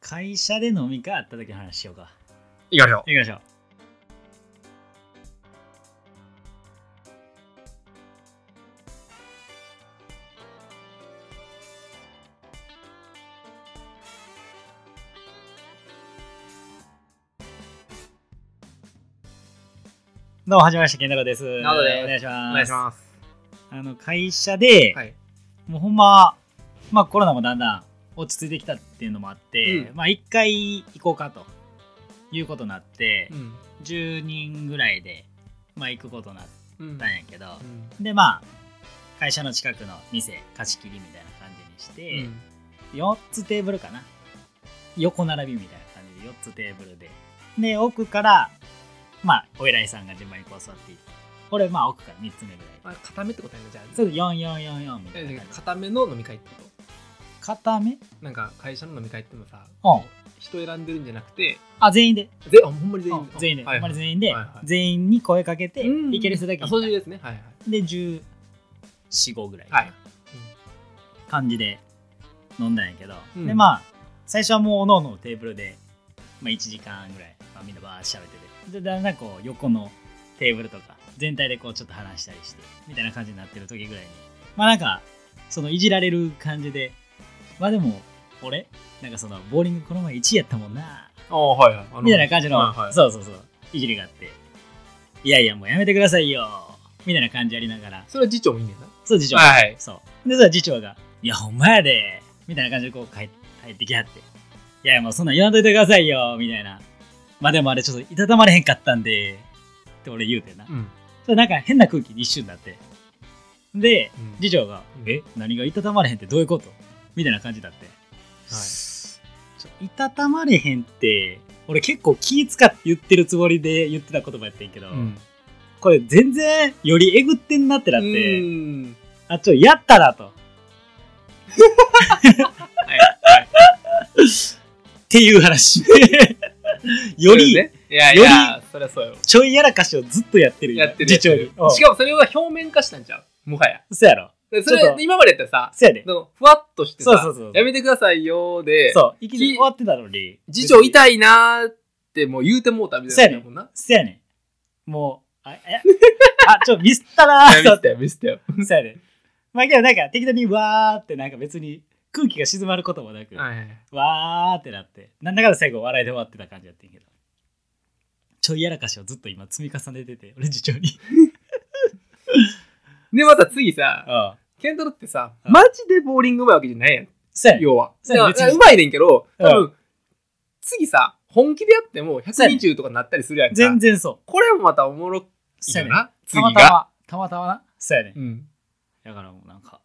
会社で飲み会あった時の話しようか。いかれよ。行きましょう。どうも、はじめまして、健太郎です。なおですお願いします。お願いします。あの会社で、はいもうほんま、まあ、コロナもだんだん落ち着いてきたっていうのもあって、うまあ一回行こうかということになって、ん。 10人ぐらいで、まあ、行くことになっうんたんやけど、でまあ会社の近くの店貸し切りみたいな感じにして、4つテーブルかな横並びみたいな感じで4つテーブルでで奥からまあお偉いさんが順番にこう座っていってこれまあ奥から3つ目ぐらいまあ、固めってことやね、じゃあ。それで4444みたいなえ感じ固めの飲み会ってこ固めとなんか会社の飲み会ってのさ、うん人選んでるんじゃなくて、あ全員でぜあほんまに全員うん全員で、はいほんまはいに全員で、はいはい全員に声かけて、うんいける人だけあ行そういうっですね。はいはい。たで145ぐらい、はい感じで飲んだんやけど、うんでまあ最初はもうおのおのテーブルで、まあ、1時間ぐらい、まあ、みんなバーッしゃべっててでだんだんこう横のテーブルとか全体でこうちょっと話したりしてみたいな感じになってる時ぐらいにまあなんかそのいじられる感じでまあでも俺なんかそのボーリングこの前1位やったもんなああ、はいはいあの。みたいな感じの、はいはいそうそうそういじりがあっていやいやもうやめてくださいよみたいな感じやりながらそれは次長もいいねんな。そう次長はいはい。そう。で、それ次長が、いや、ほんまやで、みたいな感じでこう帰帰ってきはって、いや、もうそんなん言わんといてくださいよ、みたいな。まあでもあれちょっといたたまれへんかったんで、って俺言うてな。うん。それなんか変な空気に一瞬なって。で、うん次長が、うんえ、何がいたたまれへんってどういうことみたいな感じだって。ちょいたたまれへんって、俺結構気使って言ってるつもりで言ってた言葉やってんけど、うん。これ全然よりえぐってんなってなっだて、あ、ちょ、やったらと。っていう 話。より、ね。いやいよや、そりゃそうよ。ちょいやらかしをずっとやってるよやってるやつ。次長に。うんしかもそれは表面化したんちゃうもはや。そうやろ。でそちょれっ、と今までってさ、そうやでそ。のふわっとしてさ、そうそうそうやめてくださいよーで、そう、いきなりき終わってたのに。次長痛いなーってもう言うてもうたみたいなもんな。そうやねん。もう、あ、え あ、ちょ、ミスったなーい や見せてよ見 そせてよ。うやねん。まあけどなんか適当にわーってなんか別に空気が静まることもなく、はいはいはいわーってなって、なんだかんだ最後笑いで終わってた感じやってんけど。ちょいやらかしをずっと今積み重ねてて、俺次長 に。で、また次さ、ああ。ケントロってさ、うんマジでボーリングうまいわけじゃないやん、そうやねん。要は。そうやねだ別かにらうまいねんけど、うん多分、次さ、本気でやっても120とかなったりするやんか。全然そう。これもまたおもろいそうよやねん。な、た次またが。ま、たまたまな。そうやねん。うん。 だからもうなんか、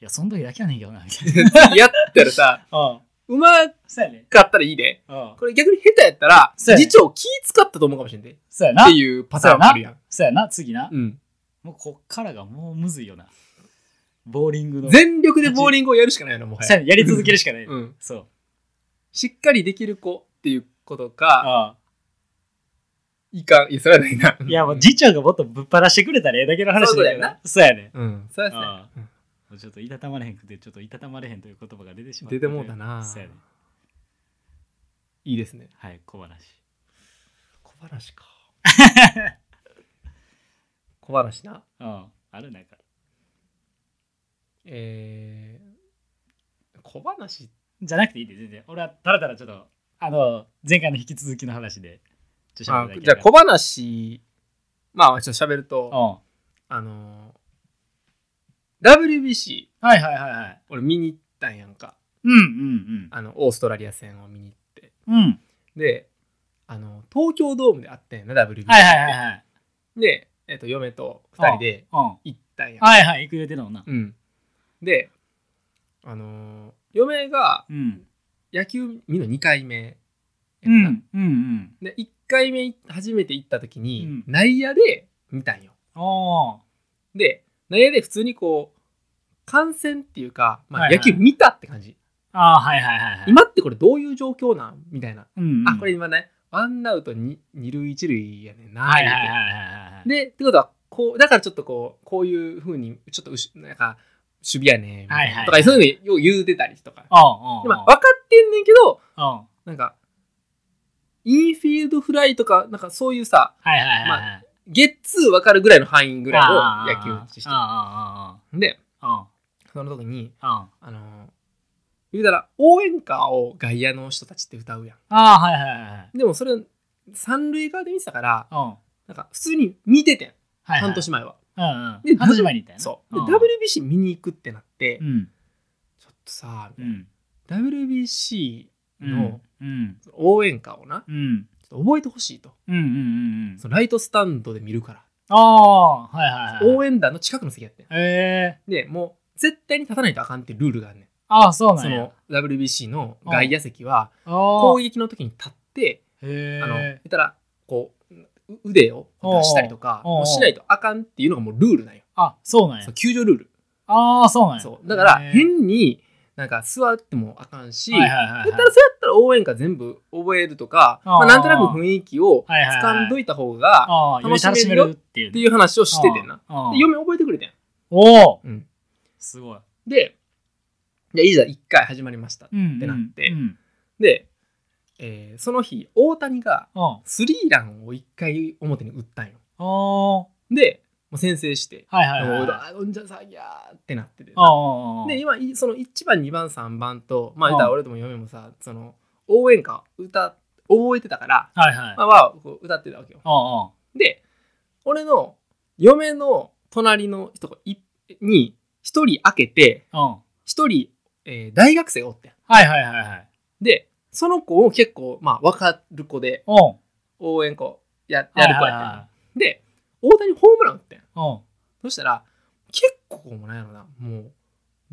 いや、そん時だけやねんけどな、みた い次やったらさ、な。うん。うまかそうやねん。ったらいいで。うん。これ逆に下手やったら、そうやね次長気使ったと思うかもしれんで。っそうやなて。いうパターンもあるやん。そうやな、次な。うん。もうこっからがもうむずいよな。ボーリングの。全力でボーリングをやるしかないの、もはそうやや。ねんやり続けるしかない。うん。そう。しっかりできる子っていうことか、あいかん、いや、それはないな。あ。いや、もう次長がもっとぶっ放してくれたらええだけの話だそうよいうことやな。そうやねん。うん、そうですね。あもうちょっといたたまれへんくて、ちょっといたたまれへんという言葉が出てしまった。出てもうたな。そうやねん。いいですね。はい、小話。小話か。 小話な。うん。あるなんか。えー、小話じゃなくていいで全然。俺はたらたらちょっと、あの、前回の引き続きの話で、ちょっとあ喋るだけじゃあ小話、まあちょっと喋ると、うん。あのー、WBC、はいはいはいはい。俺見に行ったんやんか。うんうんあの、オーストラリア戦を見に行って。うん。うん。で、あの、東京ドームであったんやな、WBC って。はいはいはいはい。で、えっ、と、嫁と二人でうん。行ったんやん。はいはい、行く予定だもんな。うん、であのー嫁がうん。野球見るの2回目、うんうんうん。で1回目初めて行った時に、うん内野で見たんよおー。で内野で普通にこう観戦っていうか、まはあ、い野はい球見たって感じ、あーはいはいはいはい。今ってこれどういう状況なんみたいな、うんうん。あこれ今ねワンアウトに二塁一塁やねんな、はいはい言うはいてはいはいはい。でってことはこうだからちょっとこうこういうふうにちょっとうしなんか守備やねんみたいはいなはいとかそういうのよう言うてたりとかおうおうおうでまあ、分かってんねんけど、おうなんか、インフィールドフライとか、なんかそういうさ、はいはいはいはい。まゲッツー分かるぐらいの範囲ぐらいあーを野球してああで、ああその時に、あああのー言うたら応援歌を外野の人たちって歌うやああはいはいはいはい。ん。でもそれ、三塁側で見てたから、うん。はいなんか普通に見ててん、はい、半年前は。前。うんうでん。半年前に行ったよね。そう。で、ん WBC 見に行くってなって、うちょん。っとさ、うん。 WBC うんのうん。応援歌をな、うん。ちょっと覚えてほしいと。うんうんうんうんそ。のライトスタンドで見るから。ああ、はいはいはい。応援団の近くの席やってん。へえで、もう絶対に立たないとあかんってルールがあんねん。ああ、そうなそんやの。WBC の外野席は、あ攻あ。撃の時に立って、へえあの、言ったら、こう、う腕を出したりとか、おうおうもうしないとあかんっていうのがもうルールなんよ。あ、そうなんやそう。球場ルール。ああ、そうなんや。そう。だから、へえ変になんか座ってもあかんし、はいはいはいだったらそうやったら応援歌全部覚えるとか、あーまあ、なんとなく雰囲気をはいはいはい掴んどいた方が、ああ、より楽しめるっていうってね。いう話をしててんな。ああ。で、嫁覚えてくれてん。おおうんすごい。で、じゃいざ1回始まりました。うん。ってなってうん。で、えーその日、大谷がうんあスリーランを1回表に打ったんよ。あ。はで、もう先制して、いはいはい。あどんじゃさぎゃーってなってて。ああああ。で、今、いその1番、2番、3番と、まあ、うん言ったら俺とも嫁もさ、その、応援歌、歌、覚えてたから、はいはい。まあ、まあ、こう歌ってたわけよ。あで、俺の嫁の隣の人がいに、1人開けて、あ。うん。 1人、えー大学生がおってん。はいはいはいはい。で、その子を結構、まあ、分かる子で、うん。応援子や、やる子やったんやはいはいはいで、大谷ホームラン打ってうん。ん。そしたら、結構もうなんやろな、もう、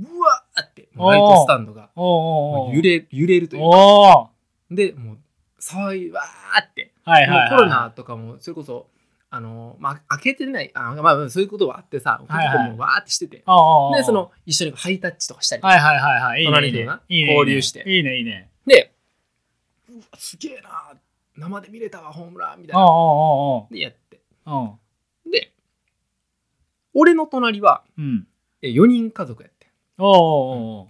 うわーって、もうライトスタンドが、おうおうもおうう揺れ、揺れるというか、おで、もう、騒い、わーって、ーはいもはうい。コロナ。とかも、それこそ、あの、まあ、開けてない、あまあ、そういうことはあってさ、結はいはい構もうわーってしてて、おうおうおうで、そ、の、一緒にハイタッチとかしたりとはか、いはいはいはい。いいね。隣いいでねないいね交流していいねいいね。で、うわ、すげえなー、生で見れたわ、ホームラン、みたいおうな。おうおうで、やって。おう。で、俺の隣はうん。うん。 4人家族やって。おうおうおう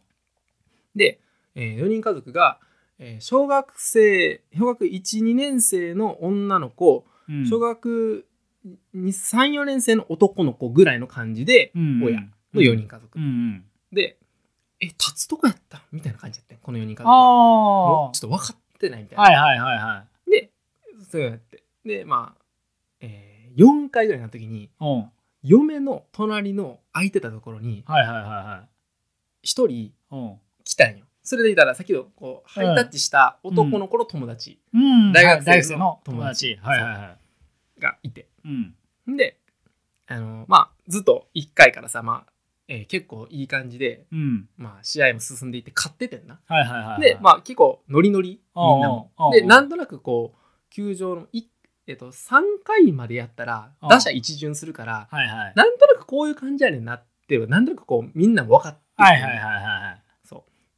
で、え4人家族が、えー小学生、小学1、2年生の女の子、うん。小学2、3、4年生の男の子ぐらいの感じで、うん親の4人。家族。うんうん。で、え、立つとこやったみたいな感じやってん、この4人家あ族は。もあう。ちょっと分かってないみたいな。はいはいはいはい。で、そうやって。で、まあ、え4回ぐらいの時に、おう嫁の隣の空いてたところに、はいはいはいはい。 1人、おう来たんよそれでいたら先ほどこうハイタッチした男の子の友達うん。大学生のはい大学生の友達。そうはいはいはがいて、い。うん。んであのまあずっと1回からさ、まあえー結構いい感じで、うん。まあ、試合も進んでいって勝っててんなはいはいはい。で、まあ、結構ノリノリみんなもおうおうおうおうでなんとなくこう球場のい、えっと3回までやったらおう打者一巡するからあ。はいはい。なんとなくこういう感じやねんなっていうのがなんとなくこうみんなも分かっててはいはいはいはい。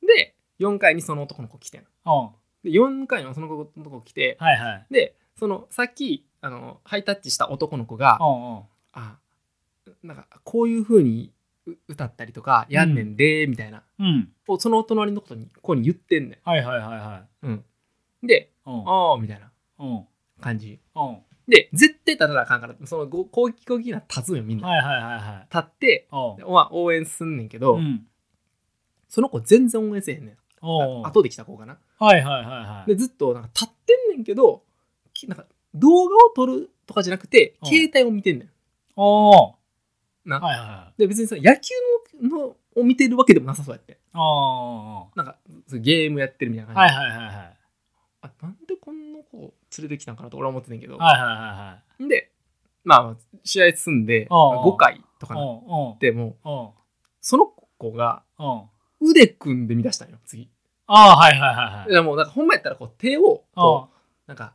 で4回にその男の子来てんおうで4回のその子の子来て、はいはい。でそのさっきあのハイタッチした男の子がおうおうあなんかこういう風にう歌ったりとかやんねんでみたいな、うん。をその隣のことに子に言ってんねはいはいはいはい。ん、うん、でおうああみたいなおう感じおうで絶対立たなあかんからそのご攻撃攻撃な立つんよみんな、はいはいはいはい。立っておうでまあ応援すんねんけど、うん。その子全然応援せえへんねんおうあ後で来た子かなはいはいはいはい。でずっとなんか立ってんねんけどきなんか動画を撮るとかじゃなくてうん携帯を見てんねんおお。なはいはいはい。で別にさ野球ののを見てるわけでもなさそうやっておお。なんかそうゲームやってるみたいな感はいじ、はいはいはい。あなんでこんな子を連れてきたんかなと俺は思ってたんけど、はいはいはいはい。でまあ試合進んでああ5回とかなっおうおうてもおうその子がおう腕組んで見出したんよ次ああ、はいはいはいはい。でもうなんかほんまやったらこう手をおこうなんか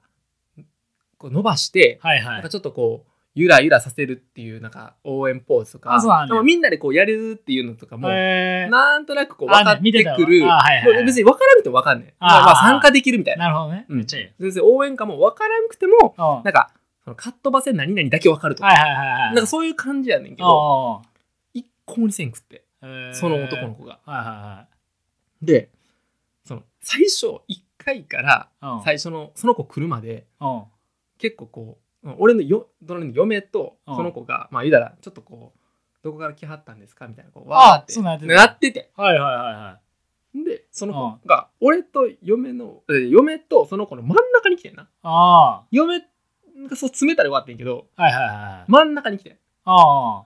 こう伸ばして、はいはなんいか。ちょっとこうゆらゆらさせるっていうなんか応援ポーズとかあそうなんだでもみんなでこうやるっていうのとかも、へーなんとなくこう分かあっね見てたわくる、あはいはいもう別に分からなくても分かんねん。あまあまあああ参加できるみたいな。なるほどね。うんめっちゃいいよ。別に応援歌も分からなくても、おうなんか、そのカットバせ何々だけ分かるとか、はいはいはいはい。なんかそういう感じやねんけど、おう一向にせんくって、おうへーその男の子が。はいはいはい。で、その最初、一回からうん最初のその子来るまでうん結構こう俺のよ隣の嫁とうんその子がまあ言うたらちょっとこうどこから来はったんですかみたいなこうあわーってそうなってたなっててはいはいはいはいでその子が俺と嫁のえー嫁とその子の真ん中に来てんなあ嫁がそう詰めたら終わってんけどあはいはいはいはい真ん中に来てあ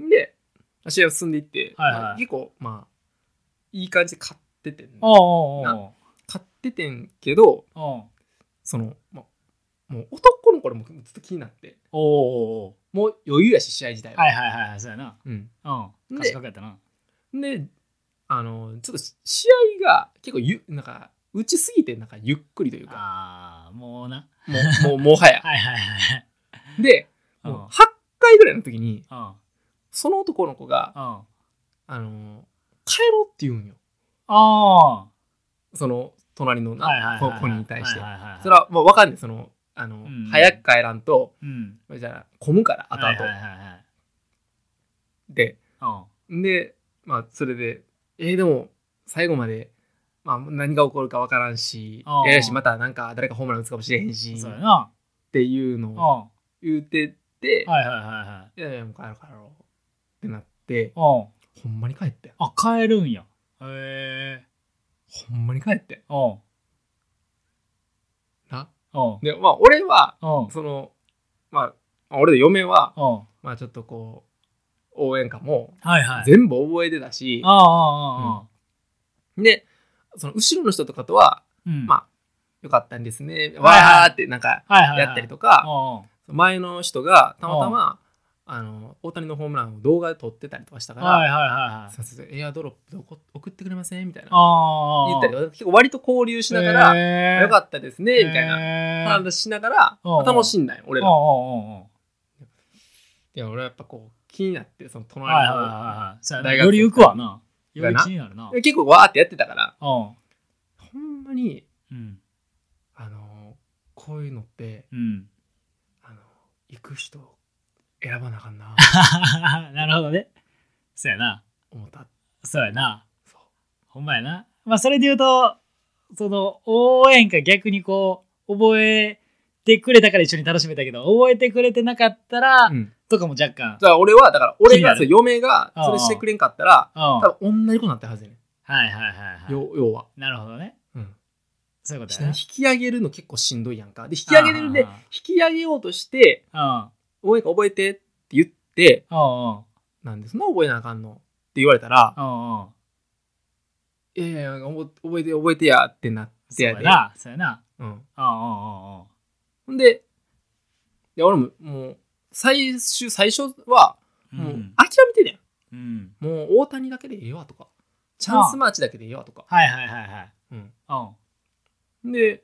んで試合を進んでいって、はいはいまあ結構まあいい感じで勝っててんあおうおうおう勝っててんけどおうその、まあ、もう男の子でもずっと気になっておうおうおうもう余裕やし試合自体は、はいはいはいはいそうやなうん、うんで賢かったなであのちょっとし試合が結構ゆなんか打ちすぎてなんかゆっくりというかああもうなもうもうもは やはいはいはいはいでうんもう8回ぐらいの時にうんその男の子がうんあの帰ろうって言うんよあその隣のあはいはいはない子はい子に対してはいはいはいはいそれはもう分かんないそのあの、ん早く帰らんとうんじゃあ混むから後々、はいはいはいはいでうんでまあそれでえーでも最後まで、まあ、何が起こるか分からんしあーやるしまたなんか誰かホームラン打つかもしれへんしそうやっなていううんのをは言うてていはいはいはいいやいやもう帰ろう帰ろうってなってうんほんまに帰ってんあ変えるんやへえほんまに帰ってんうんなうんでまあ俺はうんそのまあ俺の嫁はうんまあちょっとこう応援歌もはいはい全部覚えてたし、ああああああでその後ろの人とかとはうんまあよかったんですね、はいわーってなんかはいはいはいやったりとか、うん前の人がたまたまあの大谷のホームランを動画で撮ってたりとかしたから、はいはいはいはいさすがエアドロップで送送ってくれませんみたいなああ言ったりとか結構割と交流しながら、らよかっったですねみたいなな話しながら、うん楽しんだよ俺うんら。うんうんうんいや俺はやっぱこう気になってその隣はいはいはの、いはいそうやな大学生より浮くわなよやりな気になるな結構わーってやってたからうんほんまにうんあのこういうのってうん あの行く人選ばなあかん ななるほどねそうやな思ったそうやなそうほんまやな。まあそれで言うと、その応援歌逆にこう、覚えてくれたから一緒に楽しめたけど、覚えてくれてなかったら、うんとかも若干。だから俺はだから俺が気になるそう嫁がそれしてくれんかったらうん。は多分同じことになってるはずやねいはいはいはい。んよ要は、なるほどね。うん、そういうことや引な。き上げるの結構しんどいやんかで引き上げれるんであー引き上げようとして応援歌覚えてって言ってうん。うんうん。なんでそんな覚えなあかんのって言われたらうんうん。いやいや覚え覚えて覚えてやってなっそてうややでな。そうやな。うん、うんうんうんうん。ほんでで俺ももう最終最初はもうん諦めてんねうんん。もう大谷だけでええわとか、チャンスマーチだけでええわとか。はいはいはいはい。うんうん。で、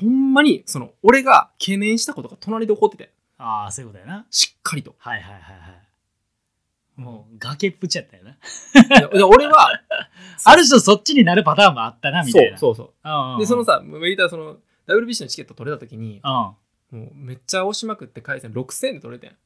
ほんまに、その、俺が懸念したことが隣で起こってて、ああ、そういうことやな。。しっかりとはいはいはいはい。もう崖っぷちやったよな。で俺は、ある人そっちになるパターンもあった な、みそたいな。うそうそうんうんうう。んで、そのさ、メイターその、WBC のチケット取れた時に、うん。もうめっちゃ押しまくって回線6000円で取れてん。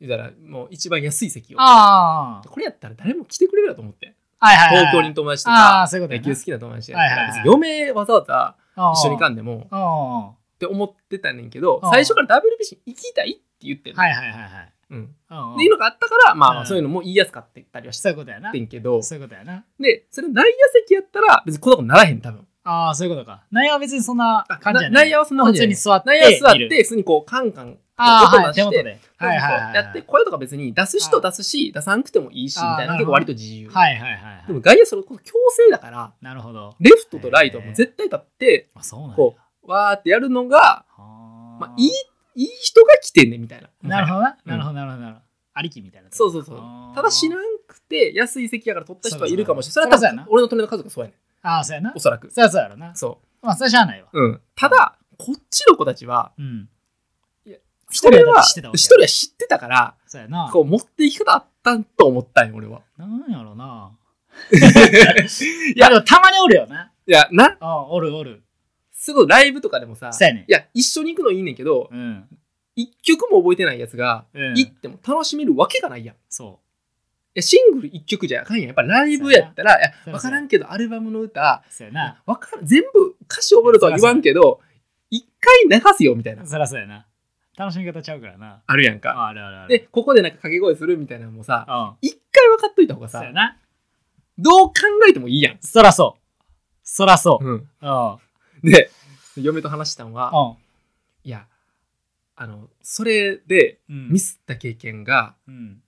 言うたら、もう一番安い席を。ああ。これやったら誰も来てくれるだと思って。はいはいはい。東京に友達とああ、か、そういうこと野や球好きな友達とかはいはいはい別に嫁わざわざな。一緒に行んかんでも、うんうんうん。って思ってたねんけどうん最初から WBC 行きたいって言ってんのはいはいはいはい。うんうんうんでいいのがあったからまあまうあんそういうのも言いやすかってたりはしそういうことやなて。んけどそういうことやな。でそれ内野席やったら別にこんなことならへん多分ああ、そういうことか。内野は別にそんな感じじゃなない。内野はそんな普感じじ通ゃなにい座って。内野座っ見てる。普通にこうカンカンああ、はい。手出して元で。そうはいうはそいはいはい。やって声とか別に出す人は出すし出さんくてもいいしみあーたいななるほ結構ど割と自由はいはいはいはい。でも外野それこそ強制だからなるほど。レフトとライトはもう絶対立ってあ、そうなんだこ。うわーってやるのがはまあいいいい人が来てんねんみたいななるほどな。うんなるほどなるほどなるほど。ありきみたいな。そうそうそうあーただ知らんくて安い席やから取った人はいるかもしれそなうい。そうそそうそれうは多やな分俺の隣の家族はそうやねああ、そうやなんお。そらく。そうやそうやろな。そまあ、それはしゃあないわ。う。うん。ただ、こっちの子たちは、うん。一一人人はだはって知ってたわけや一人は知ってたから、そうやな。こう持っていき方あったんと思ったんよ、俺 は。なんやろな。いいや、や、でいもたまにおるよな。や、な、うん、おるおる。すごいライブとかでもさ、そうやねんいや、一緒に行くのいいねんけど、うん。一曲も覚えてないやつが、うん行っても楽しめるわけがないやん。いそや、シングル一曲じゃあかんやん。やっぱライブやったら、いそうやなや、わからんけど、アルバムの歌う。、そうやいやな。わからん全部歌詞覚えるとは言わんけど、一回流すよみたいな、そりゃそうやな。楽しみ方ちゃうからな。あるやんか。ああるあるある。で、ここでなんか掛け声するみたいなのもさ、うん。一回分かっといた方がそうさや、な。どう考えてもいいやん。そらそう。そらそう。うん、うん。うん。で、嫁と話したんは、いや、あの、それでうんミスった経験がうん。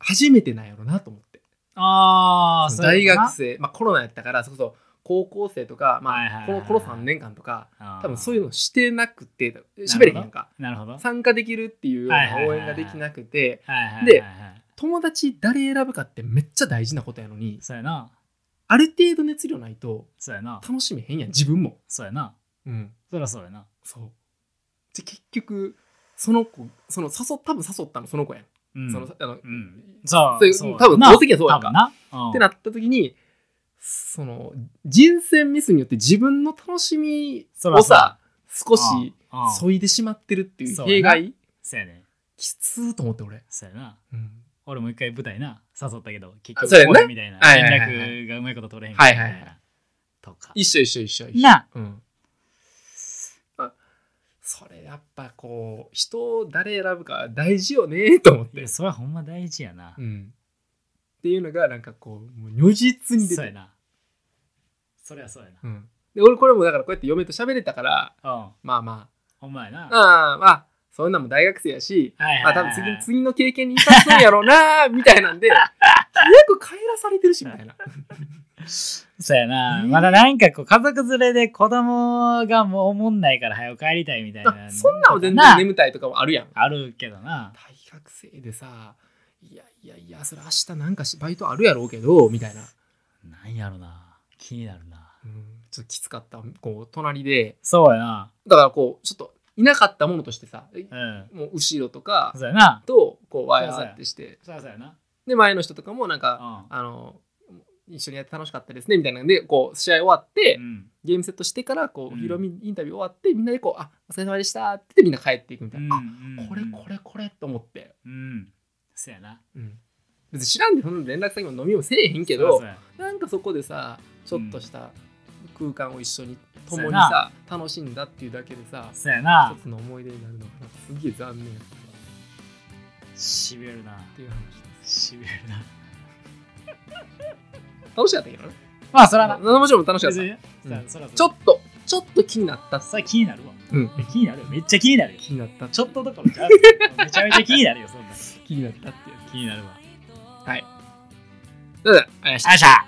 初めてなんやろなと思って。ああ、そそのういうこ大とな学生、まあコロナやったから、それこそ高校生とか、まあ、はいはいはいこのこの3年間とか、あー多分そういうのしてなくて、喋れへんやんか。なるほど。はい参加できるっていうようはいなはいはい応はい援ができなくて、はいはい。ではい、友達誰選ぶかってめっちゃ大事なことやのに、そうやな。ある程度熱量ないとそうやな。楽しめへんやん、自分も。そうやな。うん。そらそうやな。そう。で、結局、その子、その誘っ、多分誘ったのその子やん。うん。その、あの、うん。そそうう。いうそう多分な同席はそうやんか多分な。うんってなった時にその人選ミスによって自分の楽しみそらをそうさ少しうんうん削いでしまってるっていうそうや弊な害そうやね。きつーと思って俺、そうやな。うん俺も一回舞台な、誘ったけど、結あそうや局な来いみたいな。はい連はいはいはい絡がうまいこと取れへんみたいはいはいはな。とか。一緒一緒一緒一緒、な。うん、あそれやっぱこう人を誰選ぶか大事よねと思っいてや、、それはほんま大事やなう。ん、っていうのがなんかこうもう如実に出そうてやる、な。そりゃそうやうん、で俺これもだからこうやって嫁と喋れたからな。うん。まあまほんまやな。あああまあそんなんも大学生やしはいはいまはあい多分次の次の経験に生かすんやろう なみたいなんで約帰らされてるしみたい なそうやな。えーまだなんかこう、家族連れで子供がもうおもんないから早く帰りたいみたいな。あそんなんは全な然眠たいとかもあるやんあるけどな。大学生でさいやいやいやそれ明日なんかしバイトあるやろうけどみたいな、なんやろな。気になるな。うん、ちょっときつかったこう隣でそうやな。だからこうちょっといなかったものとしてさうん。もう後ろとかそうやな。とこうワイワイってしてそうやな。で前の人とかもなんかうあの一緒にやって楽しかったですねみたいなんでこう試合終わって、ん。うん。ゲームセットしてからこう、うんヒロミインタビュー終わってみんなでこう「あお疲れ様でした」って言ってみんな帰っていくみたいな、うんあこれこ。れこれと思って、うん。そうやな。別に知らんでそんな連絡先も飲みもせえへんけそうどそうやなんかそこでさちょっとした空間を一緒にそ共うやになさ楽しんだっていうだけでさそうやな一。つの思い出になるのかなすげえ残念やったっしびれるな。ていう話しびれるな。楽しかったけどねまあ、そらな。もちろん楽しかっ別たにねそうやうんそらそらちょっとちょっと気になったそれ気になるわ。うん気になるよ。めっちゃ気になるよ。気になったちょっとどころじゃあるよめちゃめちゃ気になるよ、そんな。気になったっていう気になるわ。はいどうぞありがとうございましたあいしゃ